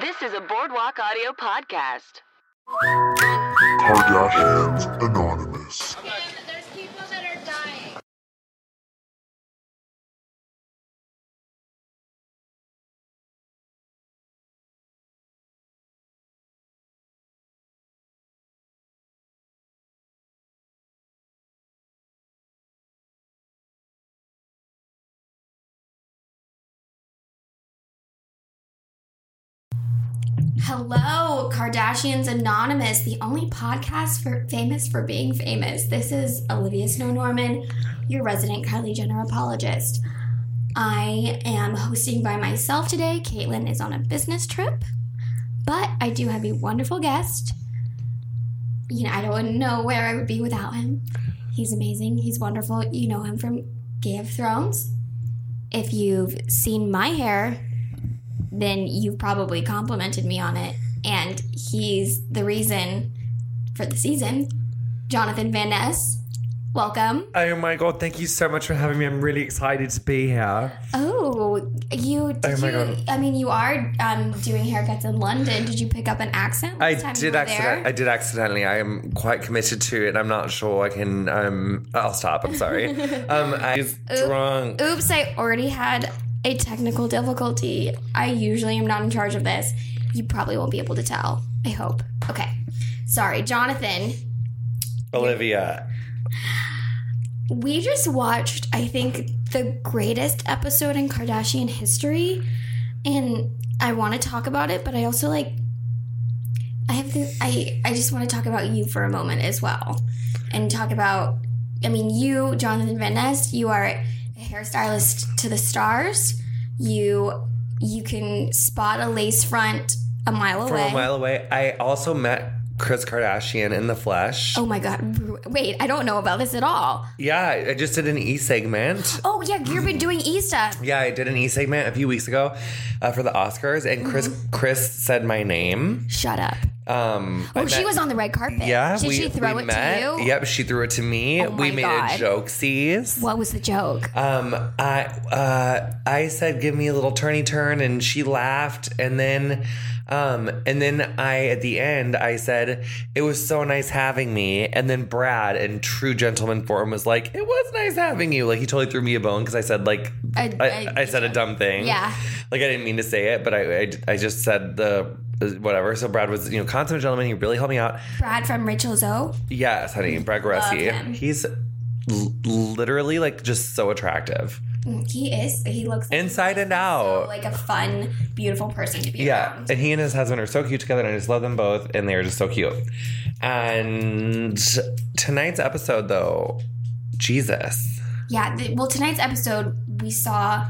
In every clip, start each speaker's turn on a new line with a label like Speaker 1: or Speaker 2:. Speaker 1: This is a Boardwalk Audio podcast.
Speaker 2: Kardashians Anonymous.
Speaker 3: understand that there's people that are dying.
Speaker 4: Hello, Kardashians Anonymous, the only podcast for famous for being famous. This is Olivia Snow Norman, your resident Kylie Jenner apologist. I am hosting by myself today. Caitlin is on a business trip, but I do have a wonderful guest. You know, I don't know where I would be without him. He's amazing. He's wonderful. You know him from Game of Thrones. If you've seen my hair, then you've probably complimented me on it. And he's the reason for the season. Jonathan Van Ness, welcome.
Speaker 5: Oh my god, thank you so much for having me. I'm really excited to be here.
Speaker 4: Oh, you. Did
Speaker 5: Oh my
Speaker 4: you,
Speaker 5: God.
Speaker 4: I mean, you are um, doing haircuts in London. Did you pick up an accent?
Speaker 5: I
Speaker 4: last time you
Speaker 5: did
Speaker 4: were
Speaker 5: accident-
Speaker 4: there?
Speaker 5: I did accidentally. I am quite committed to it. I'm not sure I can um I'll stop, I'm sorry. um I was drunk.
Speaker 4: Oops, I already had a technical difficulty. I usually am not in charge of this. You probably won't be able to tell. I hope. Okay. Sorry, Jonathan.
Speaker 5: Olivia.
Speaker 4: We just watched, I think, the greatest episode in Kardashian history. And I want to talk about it, but I also like I have the I I just want to talk about you for a moment as well. And talk about I mean, you, Jonathan Van Ness, you are a hairstylist to the stars. You you can spot a lace front a mile
Speaker 5: From
Speaker 4: away.
Speaker 5: a mile away. I also met Chris Kardashian in the flesh.
Speaker 4: oh my god. Wait, I don't know about this at all.
Speaker 5: Yeah, I just did an e segment.
Speaker 4: Oh yeah, you've been doing e stuff.
Speaker 5: Yeah, I did an e segment a few weeks ago uh, for the Oscars, and Chris
Speaker 4: Mm-hmm.
Speaker 5: Chris said my name.
Speaker 4: Shut up.
Speaker 5: Um,
Speaker 4: Oh,
Speaker 5: I
Speaker 4: she
Speaker 5: met-
Speaker 4: was on the red carpet.
Speaker 5: Yeah,
Speaker 4: Did
Speaker 5: we,
Speaker 4: she throw
Speaker 5: we
Speaker 4: it
Speaker 5: met.
Speaker 4: to you?
Speaker 5: Yep, she threw it to me.
Speaker 4: Oh
Speaker 5: we
Speaker 4: my
Speaker 5: made
Speaker 4: God.
Speaker 5: a jokesies.
Speaker 4: What was the joke?
Speaker 5: Um, I uh, I said, "Give me a little turny turn," and she laughed. And then, um, and then I at the end I said, "It was so nice having me." And then Brad in true gentleman form was like, "It was nice having you." Like he totally threw me a bone because I said like
Speaker 4: A-
Speaker 5: I
Speaker 4: a-
Speaker 5: I said a dumb thing.
Speaker 4: Yeah.
Speaker 5: like I didn't mean to say it, but I I, I just said the whatever. So Brad was you know consummate gentleman. He really helped me out.
Speaker 4: Brad from Rachel Zoe.
Speaker 5: Yes, honey, Brad
Speaker 4: him.
Speaker 5: Goreski. He's l- literally like just so attractive.
Speaker 4: Mm, He is. He looks like
Speaker 5: Inside and
Speaker 4: so,
Speaker 5: out.
Speaker 4: like a fun, beautiful person to be
Speaker 5: yeah,
Speaker 4: around.
Speaker 5: and he and his husband are so cute together, and I just love them both, and they are just so cute. And tonight's episode, though, Jesus,
Speaker 4: Yeah. th- well, tonight's episode we saw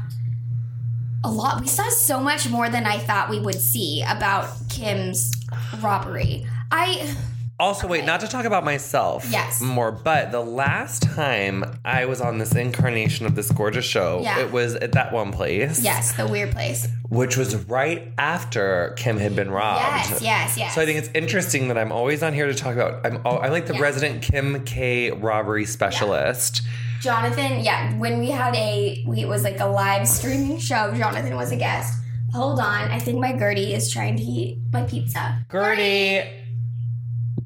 Speaker 4: a lot. We saw so much more than I thought we would see about Kim's robbery. I
Speaker 5: Also, wait, not to talk about myself
Speaker 4: Yes.
Speaker 5: more, but the last time I was on this incarnation of this gorgeous show,
Speaker 4: Yeah.
Speaker 5: it was at that one place.
Speaker 4: yes, the weird place.
Speaker 5: Which was right after Kim had been robbed.
Speaker 4: Yes, yes, yes.
Speaker 5: Um, So I think it's interesting that I'm always on here to talk about. I'm al- I'm like the
Speaker 4: Yeah.
Speaker 5: resident Kim K robbery specialist.
Speaker 4: Jonathan, yeah, when we had a, we, it was like a live streaming show. Jonathan was a guest. Hold on, I think my Gertie is trying to eat my pizza.
Speaker 5: Gertie,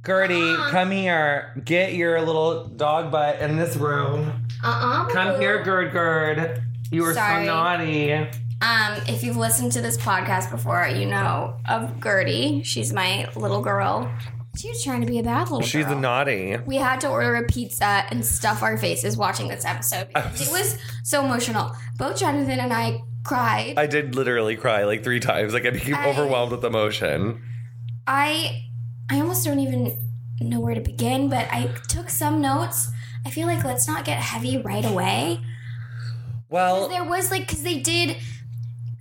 Speaker 5: Gertie, come here. Get your little dog butt in this room.
Speaker 4: Uh uh
Speaker 5: Come here, Gerd Gerd. You were
Speaker 4: Sorry.
Speaker 5: so naughty.
Speaker 4: Um, if you've listened to this podcast before, you know of Gertie. She's my little girl. She was trying to be a bad little
Speaker 5: She's
Speaker 4: girl.
Speaker 5: a naughty.
Speaker 4: we had to order a pizza and stuff our faces watching this episode. because It was so emotional. Both Jonathan and I cried.
Speaker 5: I did literally cry like three times. Like I became
Speaker 4: I-
Speaker 5: overwhelmed with emotion.
Speaker 4: I I almost don't even know where to begin, but I took some notes. I feel like let's not get heavy right away.
Speaker 5: Well,
Speaker 4: There was like because they did.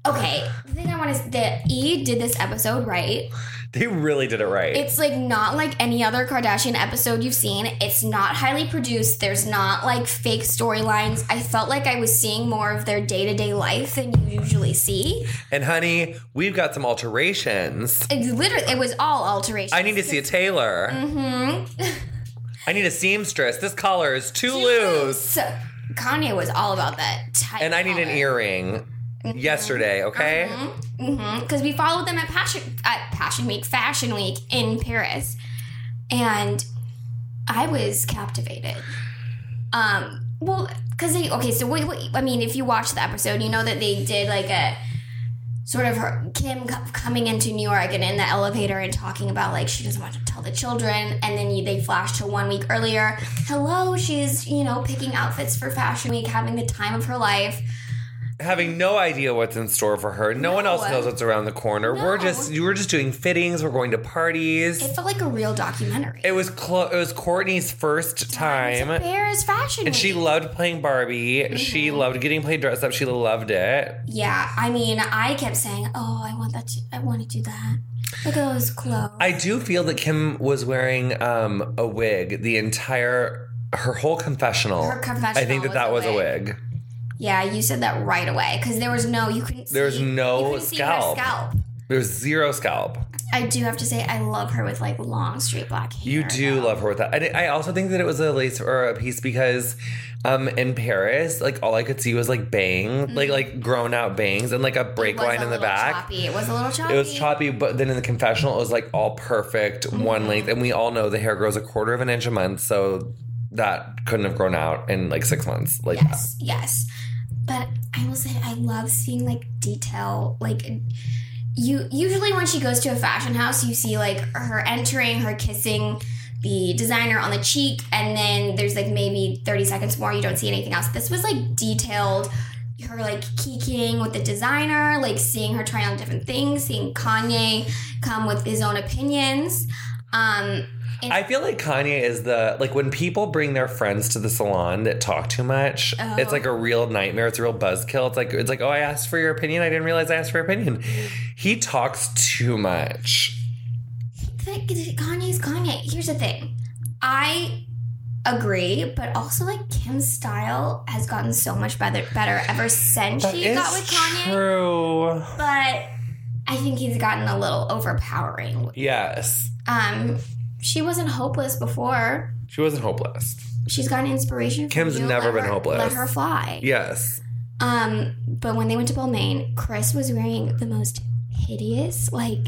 Speaker 4: Okay, the thing I want is that E did this episode right.
Speaker 5: they really did it right.
Speaker 4: It's like not like any other Kardashian episode you've seen. It's not highly produced. There's not like fake storylines. I felt like I was seeing more of their day to day life than you usually see.
Speaker 5: and honey, we've got some alterations.
Speaker 4: It literally it was all Mm-hmm. alteration.
Speaker 5: I need to see a tailor. I need a seamstress. This collar is too loose.
Speaker 4: So Kanye was all about that. Tight
Speaker 5: And I need an
Speaker 4: collar.
Speaker 5: earring. yesterday, okay?
Speaker 4: because Mm-hmm. we followed them at Passion at Passion Week, Fashion Week in Paris, and I was captivated. Um, well, because they okay, so wait, wait, I mean, if you watch the episode, you know that they did like a sort of her, Kim co- coming into New York and in the elevator and talking about like she doesn't want to tell the children, and then you, they flash to one week earlier. Hello, she's you know picking outfits for Fashion Week, having the time of her life.
Speaker 5: Having no idea what's in store for her. No, one
Speaker 4: No.
Speaker 5: else knows what's around the corner. We're
Speaker 4: No.
Speaker 5: just you were just doing fittings, we're going to parties.
Speaker 4: It felt like a real documentary.
Speaker 5: It was Clo- it was Courtney's first time,
Speaker 4: It's a Paris Fashion
Speaker 5: and she
Speaker 4: Week.
Speaker 5: loved playing Barbie. She
Speaker 4: Mm-hmm.
Speaker 5: loved getting played dress up. She loved it.
Speaker 4: Yeah, I mean, I kept saying, "Oh, I want that. To, I want to do that." Look at those clothes.
Speaker 5: I do feel that Kim was wearing um, a wig the entire her whole confessional.
Speaker 4: Her confessional
Speaker 5: I think that
Speaker 4: was
Speaker 5: that
Speaker 4: a
Speaker 5: was a
Speaker 4: wig.
Speaker 5: wig.
Speaker 4: yeah, you said that right away because there was no, you couldn't.
Speaker 5: There was
Speaker 4: see,
Speaker 5: no
Speaker 4: you couldn't see her
Speaker 5: scalp.
Speaker 4: scalp.
Speaker 5: There's zero scalp.
Speaker 4: I do have to say, I love her with like long straight black hair.
Speaker 5: You do
Speaker 4: though.
Speaker 5: love her with that. And I also think that it was a lace or a piece because um in Paris, like all I could see was like bang, like like grown out bangs and like a break
Speaker 4: Mm-hmm. It was
Speaker 5: line
Speaker 4: a
Speaker 5: in the
Speaker 4: little
Speaker 5: back.
Speaker 4: Choppy. It was a little choppy.
Speaker 5: It was choppy, but then in the confessional, it was like all perfect, one
Speaker 4: Mm-hmm.
Speaker 5: length. And we all know the hair grows a quarter of an inch a month, so that couldn't have grown out in like six months. Like that.
Speaker 4: Yes, yes. But I will say, I love seeing like detail, like. You usually when she goes to a fashion house, you see like her entering, her kissing the designer on the cheek, and then there's like maybe 30 seconds more, you don't see anything else. This was like detailed, her like kikiing with the designer, like seeing her try on different things, seeing Kanye come with his own opinions. Um,
Speaker 5: I feel like Kanye is the like when people bring their friends to the salon that talk too much, it's like a
Speaker 4: Oh.
Speaker 5: real nightmare. It's a real buzzkill. It's like it's like, oh, I asked for your opinion. I didn't realize I asked for your opinion. He talks too much.
Speaker 4: Like, Kanye's Kanye. Here's the thing. I agree, but also like Kim's style has gotten so much better better ever since
Speaker 5: That
Speaker 4: she got
Speaker 5: is
Speaker 4: with Kanye.
Speaker 5: True.
Speaker 4: But I think he's gotten a little overpowering.
Speaker 5: Yes.
Speaker 4: Um she wasn't hopeless before.
Speaker 5: She wasn't hopeless.
Speaker 4: She's gotten inspiration from
Speaker 5: Kim's
Speaker 4: you.
Speaker 5: never
Speaker 4: Let
Speaker 5: been
Speaker 4: her-
Speaker 5: hopeless.
Speaker 4: Let her fly.
Speaker 5: Yes.
Speaker 4: Um, but when they went to Balmain, Chris was wearing the most hideous, like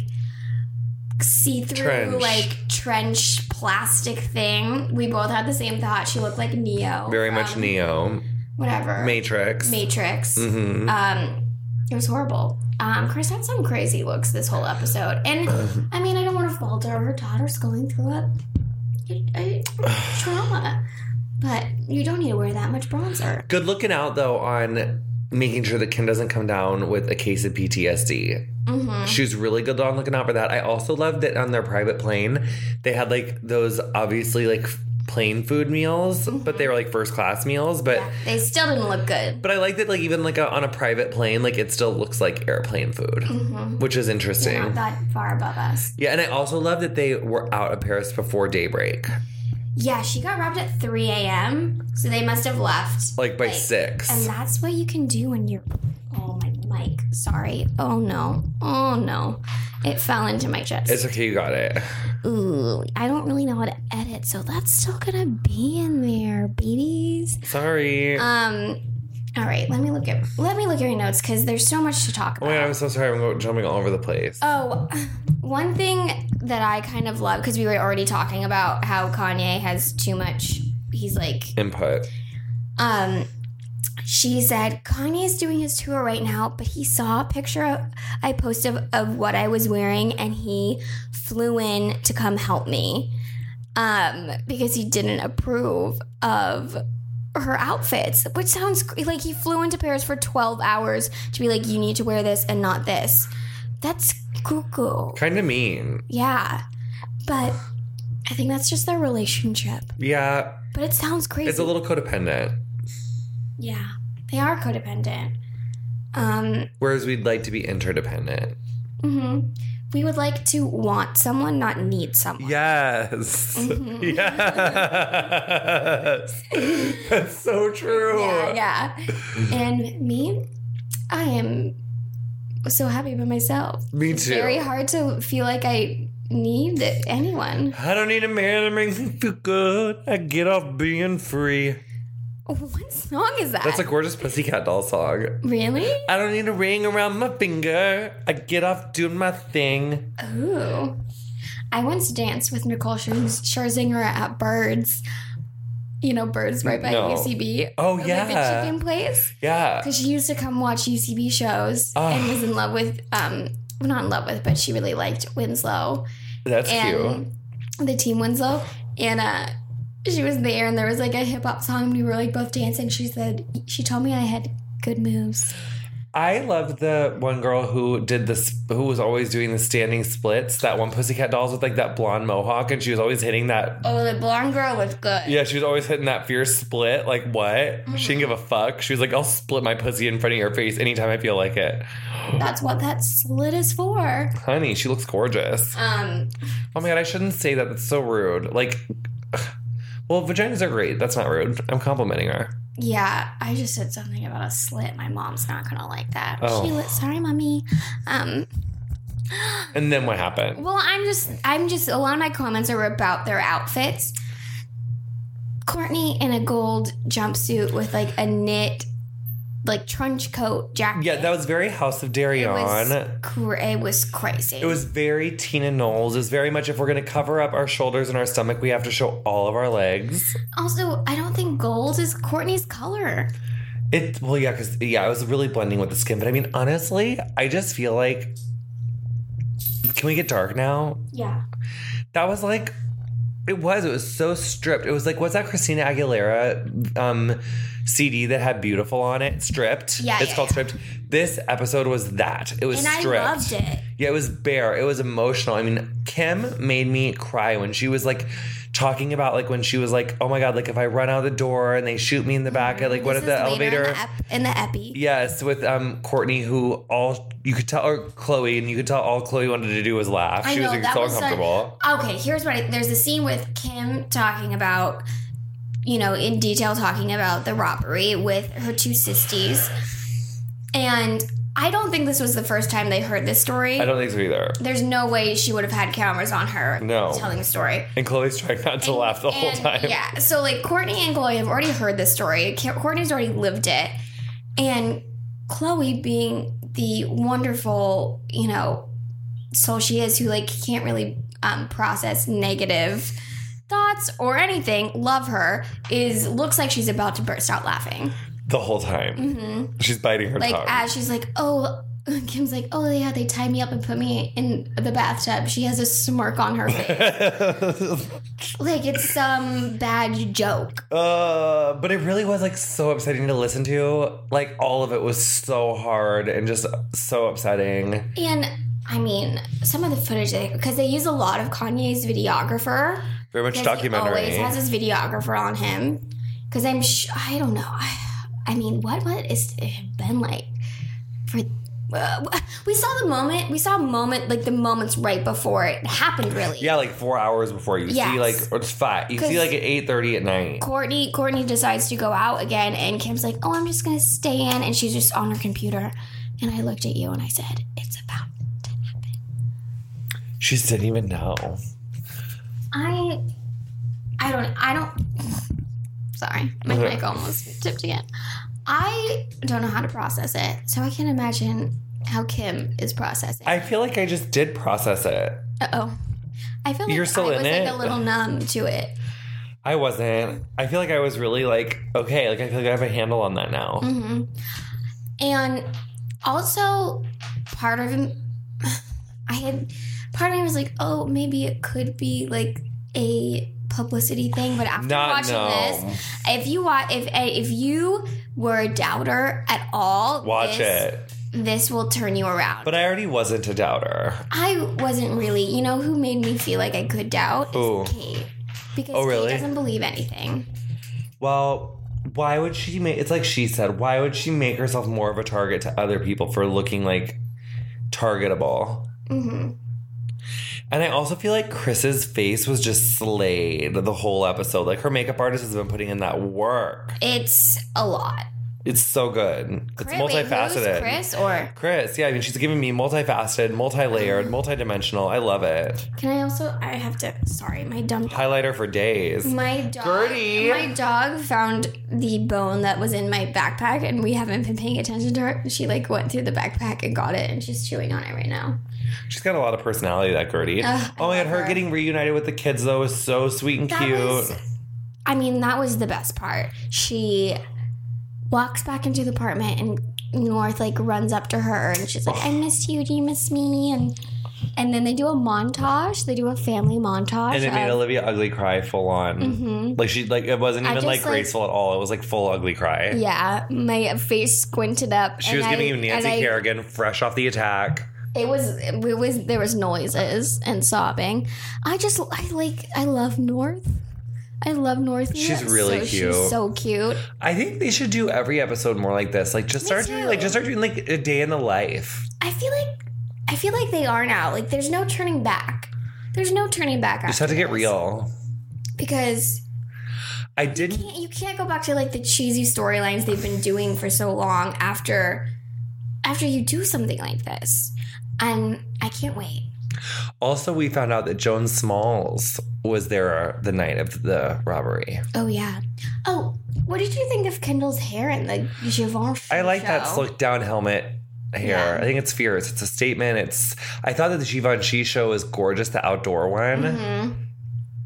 Speaker 4: see-through,
Speaker 5: Trench.
Speaker 4: like trench plastic thing. We both had the same thought. She looked like Neo.
Speaker 5: Very
Speaker 4: from
Speaker 5: much Neo.
Speaker 4: Whatever.
Speaker 5: Matrix.
Speaker 4: Um, Matrix.
Speaker 5: hmm
Speaker 4: Um, it was horrible. Um, Chris had some crazy looks this whole episode, and I mean, I don't want to falter. Her daughter's going through a, a- a trauma, but you don't need to wear that much bronzer.
Speaker 5: Good looking out though on making sure that Kim doesn't come down with a case of PTSD.
Speaker 4: Mm-hmm.
Speaker 5: She was really good on looking out for that. I also loved that on their private plane, they had like those obviously like f- plain food meals, but they were like first class meals. But
Speaker 4: They still didn't look good.
Speaker 5: but I like that like even like a, on a private plane, like it still looks like airplane food, which is interesting.
Speaker 4: Not Mm-hmm. that far above us.
Speaker 5: yeah, and I also love that they were out of Paris before daybreak,
Speaker 4: Yeah, she got robbed at 3 a.m., so they must have left.
Speaker 5: like by
Speaker 4: Like,
Speaker 5: six.
Speaker 4: And that's what you can do when you're. Oh, my mic. Sorry. Oh, no. Oh, no. It fell into my chest.
Speaker 5: it's okay, you got it.
Speaker 4: Ooh, I don't really know how to edit, so that's still gonna be in there, babies.
Speaker 5: Sorry.
Speaker 4: Um, all right, let me look at let me look at your notes because there's so much to talk
Speaker 5: oh
Speaker 4: about.
Speaker 5: my god, I'm so sorry. I'm go- jumping all over the place.
Speaker 4: Oh, one thing that I kind of love because we were already talking about how Kanye has too much. He's like,
Speaker 5: Input.
Speaker 4: um, she said Kanye's doing his tour right now, but he saw a picture of, I posted of, of what I was wearing, and he flew in to come help me, um, because he didn't approve of her outfits, which sounds cr- like he flew into Paris for twelve hours to be like, you need to wear this and not this. That's cuckoo.
Speaker 5: Kind of mean.
Speaker 4: Yeah. But I think that's just their relationship.
Speaker 5: Yeah,
Speaker 4: But it sounds crazy.
Speaker 5: it's a little codependent.
Speaker 4: yeah. They are codependent. Um
Speaker 5: Whereas we'd like to be interdependent.
Speaker 4: mhm. we would like to want someone, not need someone.
Speaker 5: Yes.
Speaker 4: Mm-hmm.
Speaker 5: Yes. That's so true.
Speaker 4: Yeah, yeah. And me, I am so happy by myself.
Speaker 5: Me
Speaker 4: It's
Speaker 5: too.
Speaker 4: Very hard to feel like I need anyone.
Speaker 5: I don't need a man that makes me feel good. I get off being free.
Speaker 4: What song is that?
Speaker 5: That's a gorgeous pussycat doll song.
Speaker 4: really?
Speaker 5: I don't need a ring around my finger. I get off doing my thing.
Speaker 4: Ooh. I once danced with Nicole Scherz- Scherzinger at Birds. You know, Birds right by
Speaker 5: No.
Speaker 4: UCB.
Speaker 5: Oh,
Speaker 4: Like
Speaker 5: yeah.
Speaker 4: the chicken place.
Speaker 5: Yeah.
Speaker 4: Because she used to come watch UCB shows and
Speaker 5: Ah.
Speaker 4: was in love with, um, well, not in love with, but she really liked Winslow
Speaker 5: That's cute.
Speaker 4: and the team Winslow. And uh, she was there, and there was like a hip hop song, and we were like both dancing. She said, She told me I had good moves.
Speaker 5: I love the one girl who did this, who was always doing the standing splits. That one pussycat dolls with like that blonde mohawk, and she was always hitting that.
Speaker 4: Oh, the blonde girl was good.
Speaker 5: Yeah, she was always hitting that fierce split. Like what? She didn't give a fuck. She was like, "I'll split my pussy in front of your face anytime I feel like it."
Speaker 4: That's what that slit is for.
Speaker 5: Honey, she looks gorgeous.
Speaker 4: Um,
Speaker 5: Oh my god, I shouldn't say that. That's so rude. Like, well, vaginas are great. That's not rude. I'm complimenting her.
Speaker 4: yeah, I just said something about a slit. My mom's not gonna like that.
Speaker 5: Oh.
Speaker 4: She lit. Sorry, mommy. Um,
Speaker 5: And then what happened?
Speaker 4: Well, I'm just, I'm just, a lot of my comments are about their outfits. Courtney in a gold jumpsuit with like a knit, like trench coat jacket.
Speaker 5: Yeah, that was very House of
Speaker 4: it
Speaker 5: Darion.
Speaker 4: was, cra- it was crazy.
Speaker 5: It was very Tina Knowles. It was very much if we're going to cover up our shoulders and our stomach, we have to show all of our legs.
Speaker 4: also, I don't think gold is Courtney's color.
Speaker 5: It well, yeah, because yeah, I was really blending with the skin. But I mean, honestly, I just feel like, can we get dark now?
Speaker 4: Yeah.
Speaker 5: That was like, it was. It was so stripped. It was like, what's that Christina Aguilera um, CD that had "Beautiful" on it? Stripped.
Speaker 4: Yeah,
Speaker 5: it's
Speaker 4: yeah,
Speaker 5: called
Speaker 4: yeah.
Speaker 5: Stripped. This episode was that. It was
Speaker 4: And I
Speaker 5: stripped.
Speaker 4: loved it.
Speaker 5: Yeah, it was bare. It was emotional. I mean, Kim made me cry when she was like talking about like when she was like, "Oh my god, like if I run out the door and they shoot me in the back at like what
Speaker 4: Oh This
Speaker 5: at
Speaker 4: is
Speaker 5: the
Speaker 4: later
Speaker 5: elevator."
Speaker 4: In the, ep- in the epi.
Speaker 5: Yes, with um Courtney, who all you could tell, or Chloe, and you could tell all Chloe wanted to do was laugh.
Speaker 4: I
Speaker 5: she
Speaker 4: know,
Speaker 5: was like,
Speaker 4: that
Speaker 5: so
Speaker 4: was such-
Speaker 5: uncomfortable.
Speaker 4: Okay, here's what I, there's a scene with Kim talking about, you know, in detail talking about the robbery with her two sisters. And I don't think this was the first time they heard this story.
Speaker 5: I don't think so either.
Speaker 4: there's no way she would have had cameras on her
Speaker 5: No.
Speaker 4: telling the story.
Speaker 5: And Chloe's trying not to laugh the whole
Speaker 4: And,
Speaker 5: time.
Speaker 4: Yeah. So like Courtney and Chloe have already heard this story. Ca- Courtney's already lived it, and Chloe, being the wonderful, you know, soul she is, who like can't really um, process negative thoughts or anything, love her is looks like she's about to burst out laughing.
Speaker 5: The whole time. She's biting her
Speaker 4: Mm-hmm. Like
Speaker 5: tongue.
Speaker 4: as she's like, oh. Kim's like, oh yeah, they tied me up and put me in the bathtub. She has a smirk on her face, like it's some bad joke.
Speaker 5: Uh, but it really was like so upsetting to listen to. Like all of it was so hard and just so upsetting.
Speaker 4: And I mean, some of the footage because they use a lot of Kanye's videographer.
Speaker 5: Very much
Speaker 4: 'cause He
Speaker 5: documentary.
Speaker 4: always has his videographer on him. Because I'm, sh- I don't know. I, I mean, what what is it have been like for? Uh, we saw the moment. We saw a moment like the moments right before it happened. Really.
Speaker 5: yeah, like four hours before you
Speaker 4: Yes.
Speaker 5: see like or it's five. You
Speaker 4: 'Cause-
Speaker 5: see like at eight thirty at night.
Speaker 4: Courtney Courtney decides to go out again, and Kim's like, "Oh, I'm just gonna stay in," and she's just on her computer. And I looked at you and I said, "It's about to happen."
Speaker 5: She didn't even know.
Speaker 4: I I don't I don't sorry, my mic almost tipped again. I don't know how to process it, so I can't imagine how Kim is processing.
Speaker 5: I feel like I just did process it.
Speaker 4: Uh oh. I feel like
Speaker 5: You're still
Speaker 4: I
Speaker 5: in
Speaker 4: was
Speaker 5: it?
Speaker 4: like a little numb to it.
Speaker 5: I wasn't. I feel like I was really like okay. Like I feel like I have a handle on that now.
Speaker 4: hmm And also, part of him, I had part of me was like, oh, maybe it could be like a publicity thing. But after
Speaker 5: Not
Speaker 4: watching
Speaker 5: no.
Speaker 4: this, if you watch, if eh, if you were a doubter at all,
Speaker 5: Watch
Speaker 4: this,
Speaker 5: it.
Speaker 4: This will turn you around.
Speaker 5: But I already wasn't a doubter.
Speaker 4: I wasn't really, you know, who made me feel like I could doubt is
Speaker 5: Who?
Speaker 4: Kate because
Speaker 5: Oh, really?
Speaker 4: Kate doesn't believe anything.
Speaker 5: Well, why would she make it's like she said, why would she make herself more of a target to other people for looking like targetable?
Speaker 4: hmm
Speaker 5: And I also feel like Chris's face was just slayed the whole episode. Like her makeup artist has been putting in that work.
Speaker 4: It's a lot.
Speaker 5: It's so good. It's
Speaker 6: Chris- wait, who's
Speaker 5: multifaceted.
Speaker 6: Chris or
Speaker 5: Chris, yeah, I mean, she's giving me multifaceted,
Speaker 4: Um.
Speaker 5: multi-layered, multi-dimensional. I love it.
Speaker 4: Can I also? I have to. Sorry, my dumb.
Speaker 5: Highlighter for days.
Speaker 4: My dog.
Speaker 5: Gertie.
Speaker 4: My dog found the bone that was in my backpack, and we haven't been paying attention to her. She like went through the backpack and got it, and she's chewing on it right now.
Speaker 5: She's got a lot of personality, that Gertie.
Speaker 4: Ugh,
Speaker 5: oh my
Speaker 4: I
Speaker 5: god,
Speaker 4: love
Speaker 5: her,
Speaker 4: her.
Speaker 5: getting reunited with the kids though is so sweet and
Speaker 4: That
Speaker 5: cute.
Speaker 4: was- I mean, that was the best part. She walks back into the apartment, and North like runs up to her, and she's like, "I missed you. Do you miss me?" And and then they do a montage. They do a family montage.
Speaker 5: and it made
Speaker 4: of-
Speaker 5: Olivia ugly cry full on.
Speaker 4: Mhm.
Speaker 5: Like she like it wasn't
Speaker 4: I
Speaker 5: even
Speaker 4: just,
Speaker 5: like
Speaker 4: like-
Speaker 5: graceful at all. It was like full ugly cry.
Speaker 4: Yeah, my face squinted up.
Speaker 5: She
Speaker 4: and
Speaker 5: was giving
Speaker 4: I-
Speaker 5: you Nancy
Speaker 4: and I-
Speaker 5: Kerrigan fresh off the attack.
Speaker 4: It was it was there was noises and sobbing. I just I like I love North. I love North.
Speaker 5: She's really cute.
Speaker 4: She's so cute.
Speaker 5: I think they should do every episode more like this. Like just
Speaker 4: Me
Speaker 5: start doing like
Speaker 4: too.
Speaker 5: just start doing like a day in the life.
Speaker 4: I feel like I feel like they are now. Like there's no turning back. There's no turning back.
Speaker 5: You just have to get real.
Speaker 4: because
Speaker 5: I didn't
Speaker 4: can't, you can't go back to like the cheesy storylines they've been doing for so long after after you do something like this. And I can't wait.
Speaker 5: Also, we found out that Joan Smalls was there the night of the robbery.
Speaker 4: Oh yeah. Oh, what did you think of Kendall's hair and the Givenchy?
Speaker 5: I like that
Speaker 4: show?
Speaker 5: slick down helmet hair.
Speaker 4: Yeah.
Speaker 5: I think it's fierce. It's a statement. It's. I thought that the Givenchy show was gorgeous. The outdoor one
Speaker 4: Mhm.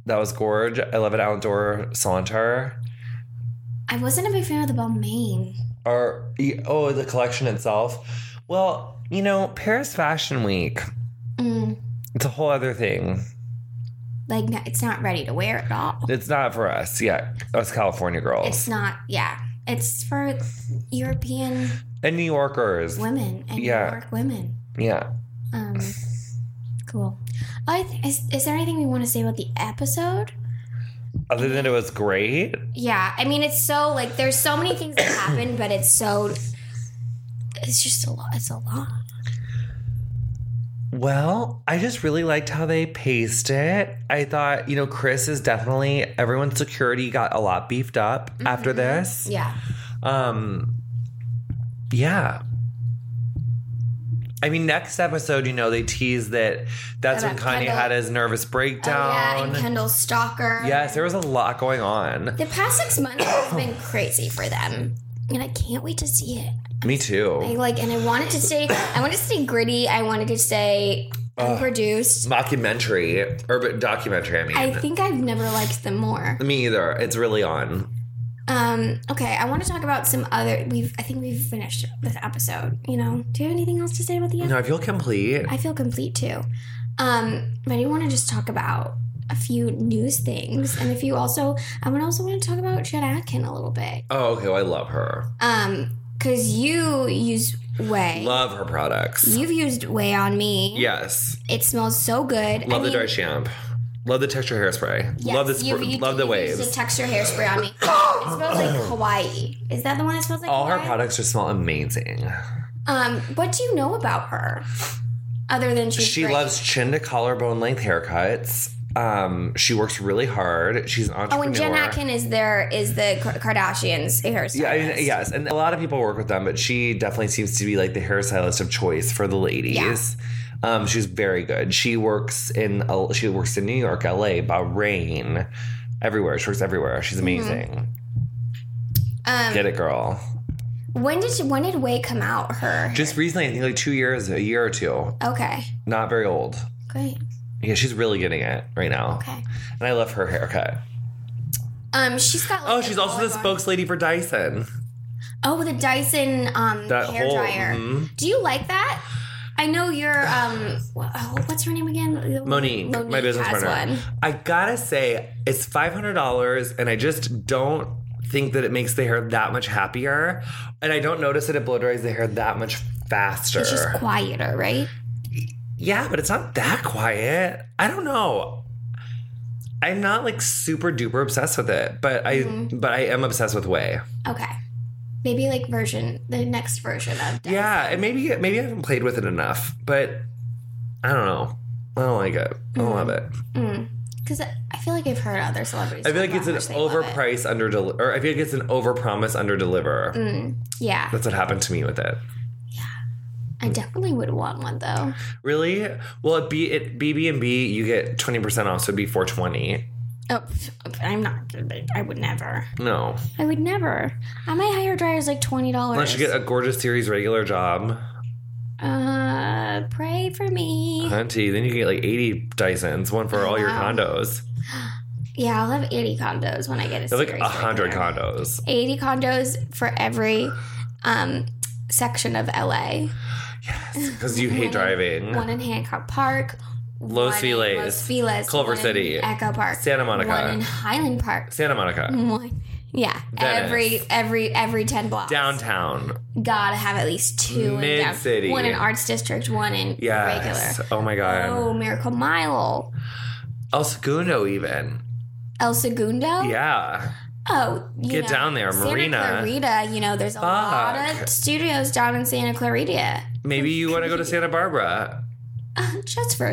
Speaker 5: that was gorge. I love an outdoor saunter.
Speaker 4: I wasn't a big fan of the Balmain.
Speaker 5: Or oh, the collection itself. Well, you know, Paris Fashion Week.
Speaker 4: Mm,
Speaker 5: It's a whole other thing.
Speaker 4: like no, it's not ready to wear at all.
Speaker 5: It's not for us yet. Us California girls
Speaker 4: It's not. Yeah, it's for European
Speaker 5: and New Yorkers.
Speaker 4: women and
Speaker 5: Yeah.
Speaker 4: New York women.
Speaker 5: Yeah.
Speaker 4: Um, cool. I th- is, is there anything we want to say about the episode?
Speaker 5: Other than it was great.
Speaker 4: Yeah, I mean it's so like there's so many things that happen, but it's so it's just a lot. It's a lot.
Speaker 5: Well, I just really liked how they paced it. I thought, you know, Chris is definitely everyone's security got a lot beefed up after this.
Speaker 4: Yeah.
Speaker 5: Um yeah. I mean, next episode, you know, they tease that that's when
Speaker 4: About
Speaker 5: Kanye
Speaker 4: Kendall.
Speaker 5: had his nervous breakdown.
Speaker 4: Oh, yeah, and Kendall's stalker.
Speaker 5: yes, there was a lot going on.
Speaker 4: The past six months has been crazy for them, and I can't wait to see it.
Speaker 5: Me too.
Speaker 4: I like, and I wanted to stay. I wanted to stay gritty. I wanted to stay unproduced.
Speaker 5: Mockumentary or documentary, I mean.
Speaker 4: I think I've never liked them more.
Speaker 5: Me either. It's really on.
Speaker 4: Um, okay, I want to talk about some other. We've, I think we've finished this episode. You know, do you have anything else to say about the episode?
Speaker 5: No, I feel complete.
Speaker 4: I feel complete too. Um, but I do want to just talk about a few news things, and if you also, I would also want to talk about Jen Atkin a little bit.
Speaker 5: oh, okay. Well, I love her.
Speaker 4: Um, cause you use whey.
Speaker 5: Love her products.
Speaker 4: You've used whey on me.
Speaker 5: Yes.
Speaker 4: It smells so good.
Speaker 5: Love the
Speaker 4: mean,
Speaker 5: dry shampoo. Love the texture hairspray.
Speaker 4: yes,
Speaker 5: love the
Speaker 4: you-
Speaker 5: spr-
Speaker 4: you-
Speaker 5: love the
Speaker 4: you used
Speaker 5: waves.
Speaker 4: The texture hairspray on me. it smells like Hawaii. Is that the one that smells like
Speaker 5: All her
Speaker 4: Hawaii?
Speaker 5: products just smell amazing.
Speaker 4: Um, what do you know about her? Other than she's
Speaker 5: She
Speaker 4: great?
Speaker 5: loves chin to collarbone length haircuts. Um, she works really hard. She's an
Speaker 4: Oh,
Speaker 5: entrepreneur.
Speaker 4: and Jen Atkin is there is the Kar- Kardashians hairstylist.
Speaker 5: Yeah, I mean, yes, and a lot of people work with them, but she definitely seems to be like the hairstylist of choice for the ladies. Um, she's very good. She works in L- she works in New York, L.A., Bahrain, everywhere. She works everywhere. She's
Speaker 4: Mm-hmm.
Speaker 5: amazing.
Speaker 4: Um,
Speaker 5: Get it, girl.
Speaker 4: when did she, when did Way come out? Her
Speaker 5: Just recently, I think like two years, a year or two.
Speaker 4: okay,
Speaker 5: Not very old.
Speaker 4: great,
Speaker 5: Yeah, she's really getting it right now.
Speaker 4: okay.
Speaker 5: And I love her haircut.
Speaker 4: Um, she's got. like,
Speaker 5: Oh,
Speaker 4: an
Speaker 5: she's also the
Speaker 4: olive oil-
Speaker 5: spokeslady for Dyson.
Speaker 4: Oh, the Dyson um,
Speaker 5: That
Speaker 4: hair
Speaker 5: whole-
Speaker 4: dryer.
Speaker 5: mhm.
Speaker 4: Do you like that? I know you're. Um, wh- oh, what's her name again? The-
Speaker 5: Monique, my business
Speaker 4: has
Speaker 5: partner. I gotta say, it's five hundred dollars, and I just don't think that it makes the hair that much happier. And I don't notice that it blow dries the hair that much faster.
Speaker 4: It's just quieter, right?
Speaker 5: yeah, but it's not that quiet. I don't know. I'm not like super duper obsessed with it, but I
Speaker 4: Mm-hmm.
Speaker 5: but I am obsessed with Way.
Speaker 4: Okay, maybe like version the next version of. Dyson.
Speaker 5: Yeah, and maybe maybe I haven't played with
Speaker 4: Mm-hmm.
Speaker 5: it enough, but I don't know. I don't like it. I don't love it.
Speaker 4: Because Mm. I feel like I've heard other celebrities.
Speaker 5: I feel
Speaker 4: talk
Speaker 5: like it's an
Speaker 4: about how much they love it.
Speaker 5: overpriced under deliver, or I feel like it's an overpromise under deliver.
Speaker 4: Mm. Yeah,
Speaker 5: That's what happened to me with it.
Speaker 4: I definitely would want one though.
Speaker 5: Really? Well, at B at BB and B, you get twenty percent off, so it'd be four twenty.
Speaker 4: Oh, pff, I'm not. gonna be- I would never.
Speaker 5: No,
Speaker 4: I would never. Uh, my hair dryer is like twenty
Speaker 5: unless
Speaker 4: dollars.
Speaker 5: you get a gorgeous series regular job,
Speaker 4: uh, pray for me.
Speaker 5: hunty. Then you can get like eighty Dysons, one for all your
Speaker 4: Wow.
Speaker 5: condos.
Speaker 4: Yeah, I'll have eighty condos when I get a.
Speaker 5: There's like
Speaker 4: series
Speaker 5: a hundred
Speaker 4: regular.
Speaker 5: condos.
Speaker 4: Eighty condos for every um section of LA.
Speaker 5: Because you hate driving.
Speaker 4: One in Hancock Park.
Speaker 5: Hmm.
Speaker 4: one
Speaker 5: Los
Speaker 4: in
Speaker 5: Feliz.
Speaker 4: Los Feliz.
Speaker 5: Culver
Speaker 4: one in
Speaker 5: City.
Speaker 4: Echo Park.
Speaker 5: Santa Monica.
Speaker 4: One in Highland Park.
Speaker 5: Santa Monica.
Speaker 4: One. Yeah.
Speaker 5: Venice.
Speaker 4: Every every every ten blocks.
Speaker 5: Downtown.
Speaker 4: Gotta have at least two in down-
Speaker 5: Mid-city.
Speaker 4: One in Arts District. One in
Speaker 5: Yes.
Speaker 4: regular.
Speaker 5: Oh my god.
Speaker 4: Oh, Miracle Mile.
Speaker 5: El Segundo even.
Speaker 4: El Segundo.
Speaker 5: Yeah.
Speaker 4: Oh, you
Speaker 5: Get
Speaker 4: know,
Speaker 5: down there, Marina.
Speaker 4: Santa Clarita. You know, there's a lot
Speaker 5: Fuck.
Speaker 4: of studios down in Santa Clarita.
Speaker 5: Maybe you want to go to Santa Barbara.
Speaker 4: Uh, just for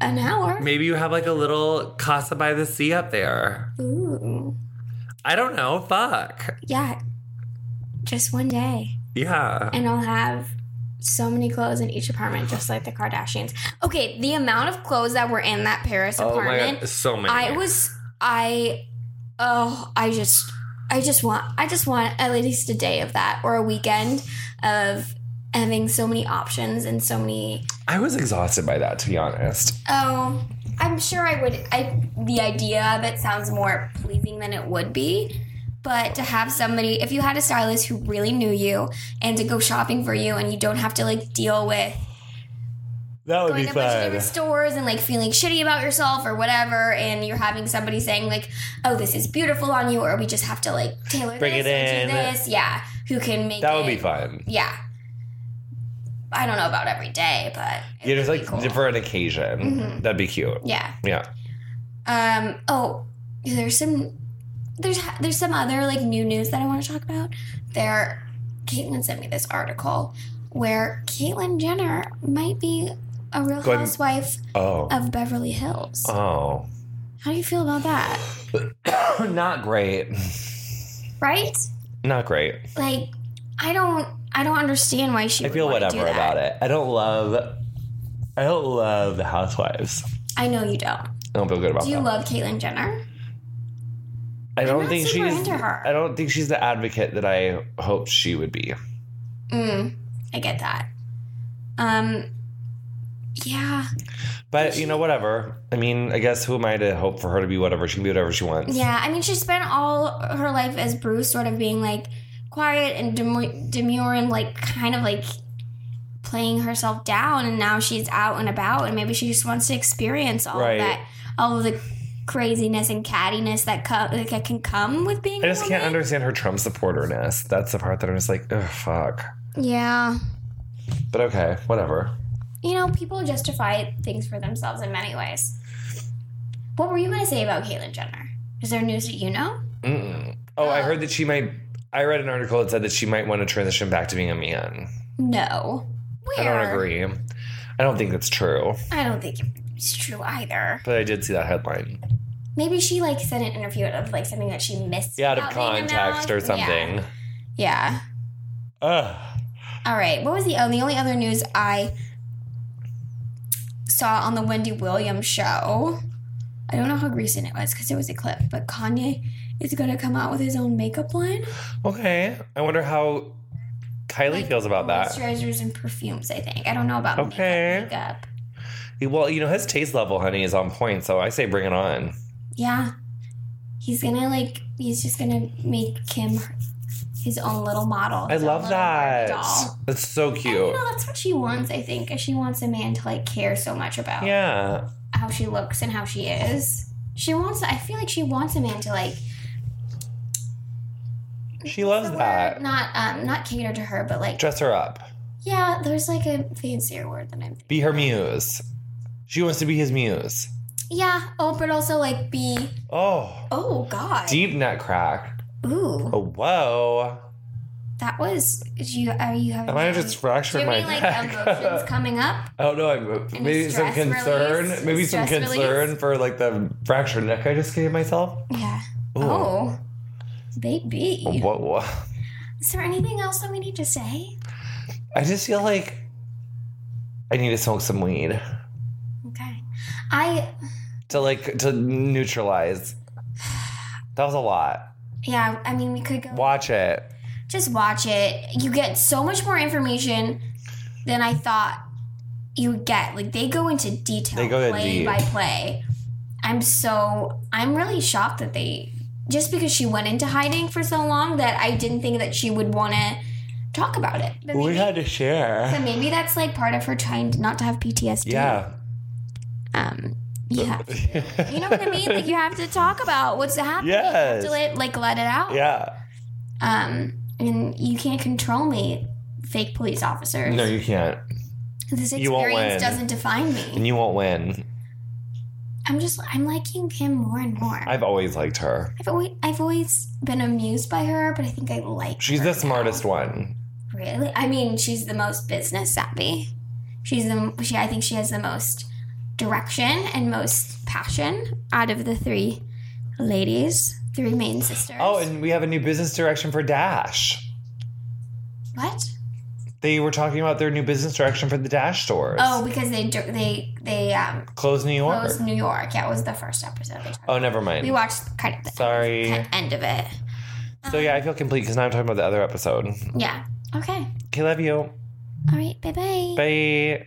Speaker 4: an hour.
Speaker 5: Maybe you have like a little casa by the sea up there.
Speaker 4: Ooh.
Speaker 5: I don't know. Fuck.
Speaker 4: Yeah. Just one day.
Speaker 5: Yeah.
Speaker 4: and I'll have so many clothes in each apartment, just like the Kardashians. Okay, the amount of clothes that were in that Paris
Speaker 5: Oh my god.
Speaker 4: apartment,
Speaker 5: So many.
Speaker 4: I was, I, oh, I just, I just want, I just want at least a day of that or a weekend of having so many options and so many.
Speaker 5: I was exhausted by that, to be honest.
Speaker 4: Oh, I'm sure I would. I the idea of it sounds more pleasing than it would be. But to have somebody, if you had a stylist who really knew you and to go shopping for you and you don't have to like deal with
Speaker 5: That would
Speaker 4: going to a bunch of different stores and like feeling shitty about yourself or whatever, and you're having somebody saying like, "Oh, this is beautiful on you," or "We just have to like tailor
Speaker 5: Bring
Speaker 4: this
Speaker 5: it
Speaker 4: and do
Speaker 5: in.
Speaker 4: this." Yeah, who can make
Speaker 5: That would
Speaker 4: it-
Speaker 5: be fun.
Speaker 4: Yeah, I don't know about every day, but it
Speaker 5: Yeah, just
Speaker 4: would be
Speaker 5: like
Speaker 4: cool. Mm-hmm.
Speaker 5: for an occasion. That'd be cute.
Speaker 4: Yeah.
Speaker 5: Yeah.
Speaker 4: Um. Oh, there's some. There's there's some other like new news that I want to talk about. There, Caitlin sent me this article where Caitlyn Jenner might be a Real
Speaker 5: Go ahead.
Speaker 4: Housewife
Speaker 5: Oh.
Speaker 4: of Beverly Hills.
Speaker 5: Oh.
Speaker 4: How do you feel about that?
Speaker 5: Not great.
Speaker 4: Right?
Speaker 5: Not great.
Speaker 4: Like, I don't, I don't understand why she.
Speaker 5: I
Speaker 4: would
Speaker 5: feel
Speaker 4: wanna
Speaker 5: whatever
Speaker 4: do that.
Speaker 5: about it. I don't love. I don't love the housewives.
Speaker 4: I know you don't.
Speaker 5: I don't feel good about
Speaker 4: Do you
Speaker 5: them.
Speaker 4: love Caitlyn Jenner?
Speaker 5: I don't
Speaker 4: not
Speaker 5: think
Speaker 4: super
Speaker 5: she's.
Speaker 4: into her.
Speaker 5: I don't think she's the advocate that I hoped she would be.
Speaker 4: Mm, I get that. Um, yeah,
Speaker 5: But you know, whatever. I mean, I guess who am I to hope for her to be whatever? She can be whatever she wants.
Speaker 4: yeah. I mean, she spent all her life as Bruce, sort of being like quiet and demu- demure and like kind of like playing herself down, and now she's out and about, and maybe she just wants to experience all
Speaker 5: Right.
Speaker 4: of that, all of the craziness and cattiness that, co- that can come with being.
Speaker 5: I
Speaker 4: a
Speaker 5: just can't
Speaker 4: woman.
Speaker 5: understand her Trump supporterness. That's the part that I'm just like, oh fuck.
Speaker 4: Yeah.
Speaker 5: But okay, whatever.
Speaker 4: You know, people justify things for themselves in many ways. What were you going to say about Caitlyn Jenner? Is there news that you know?
Speaker 5: Mm-mm. Oh, I heard that she might. I read an article that said that she might want to transition back to being a man.
Speaker 4: No.
Speaker 5: I
Speaker 4: Where?
Speaker 5: don't agree. I don't think that's true.
Speaker 4: I don't think it's true either.
Speaker 5: But I did see that headline.
Speaker 4: Maybe she like sent an interview of like something that she missed.
Speaker 5: Yeah, out of
Speaker 4: about being a
Speaker 5: context
Speaker 4: male.
Speaker 5: or something.
Speaker 4: Yeah.
Speaker 5: Ugh.
Speaker 4: yeah. All right. What was the, oh, the only other news I saw on the Wendy Williams show? I don't know how recent it was because it was a clip, but Kanye is going to come out with his own makeup line.
Speaker 5: Okay. I wonder how Kylie
Speaker 4: Like, oh,
Speaker 5: feels about that.
Speaker 4: Moisturizers and perfumes, I think. I don't know about
Speaker 5: Okay.
Speaker 4: makeup, makeup.
Speaker 5: Well, you know, his taste level, honey, is on point, so I say bring it on.
Speaker 4: Yeah. He's gonna like he's just gonna make him his own little model.
Speaker 5: I
Speaker 4: his own
Speaker 5: love
Speaker 4: little
Speaker 5: that.
Speaker 4: Doll.
Speaker 5: That's so
Speaker 4: And,
Speaker 5: cute.
Speaker 4: you know, that's what she wants, I think. is She wants a man to like care so much about
Speaker 5: Yeah.
Speaker 4: how she looks and how she is. She wants I feel like she wants a man to like
Speaker 5: She loves that.
Speaker 4: not um not cater to her, but like
Speaker 5: Dress her up.
Speaker 4: yeah, there's like a fancier word than I'm thinking.
Speaker 5: Be her muse. She wants to be his muse.
Speaker 4: Yeah, oh but also like be
Speaker 5: Oh.
Speaker 4: oh god.
Speaker 5: Deep nut crack.
Speaker 4: Ooh.
Speaker 5: Oh, whoa.
Speaker 4: That was you. Are you having?
Speaker 5: I might have just
Speaker 4: Do you
Speaker 5: fractured
Speaker 4: have
Speaker 5: my
Speaker 4: any like
Speaker 5: back.
Speaker 4: emotions coming up?
Speaker 5: Oh no! I'm, maybe some
Speaker 4: stress
Speaker 5: concern,
Speaker 4: release?
Speaker 5: maybe some
Speaker 4: Stress
Speaker 5: concern
Speaker 4: release?
Speaker 5: for like the fractured neck I just gave myself.
Speaker 4: Yeah. Oh, baby.
Speaker 5: What? what?
Speaker 4: Is there anything else that we need to say?
Speaker 5: I just feel like I need to smoke some weed
Speaker 4: Okay. I
Speaker 5: to like to neutralize. That was a lot.
Speaker 4: yeah. I mean, we could go.
Speaker 5: Watch it.
Speaker 4: Just watch it. You get so much more information than I thought you would get. Like they go into detail,
Speaker 5: They go into
Speaker 4: play
Speaker 5: deep.
Speaker 4: by play. I'm so I'm really shocked that they just because she went into hiding for so long that I didn't think that she would want to talk about it. But
Speaker 5: We
Speaker 4: maybe-
Speaker 5: had to
Speaker 4: but
Speaker 5: share.
Speaker 4: maybe that's like part of her trying to not to have PTSD.
Speaker 5: Yeah.
Speaker 4: um you have to- you know what I mean? Like you have to talk about what's happening.
Speaker 5: Yes.
Speaker 4: You have to let, like let it out.
Speaker 5: Yeah.
Speaker 4: Um and you can't control me, fake police officers.
Speaker 5: No, you can't.
Speaker 4: this
Speaker 5: you won't win.
Speaker 4: experience doesn't define
Speaker 5: And
Speaker 4: me.
Speaker 5: you won't win.
Speaker 4: I'm just I'm liking him more and more. I've
Speaker 5: I've always liked her.
Speaker 4: always, I've always been amused by her, but I think I like
Speaker 5: She's
Speaker 4: her
Speaker 5: the
Speaker 4: now.
Speaker 5: smartest one.
Speaker 4: Really? I mean, she's the most business savvy. She's the she I think she has the most direction and most passion out of the three ladies, three main sisters.
Speaker 5: Oh, and we have a new business direction for Dash.
Speaker 4: what?
Speaker 5: They were talking about their new business direction for the Dash stores.
Speaker 4: Oh, because they dir- they they um
Speaker 5: Close New York.
Speaker 4: closed New York. Yeah, it was the first episode. we talked
Speaker 5: Oh, never mind.
Speaker 4: We watched kind of the
Speaker 5: Sorry.
Speaker 4: kind of end of it.
Speaker 5: so yeah, I feel complete because now I'm talking about the other episode.
Speaker 4: Yeah. Okay.
Speaker 5: Okay, love you.
Speaker 4: All right. Bye bye.
Speaker 5: Bye.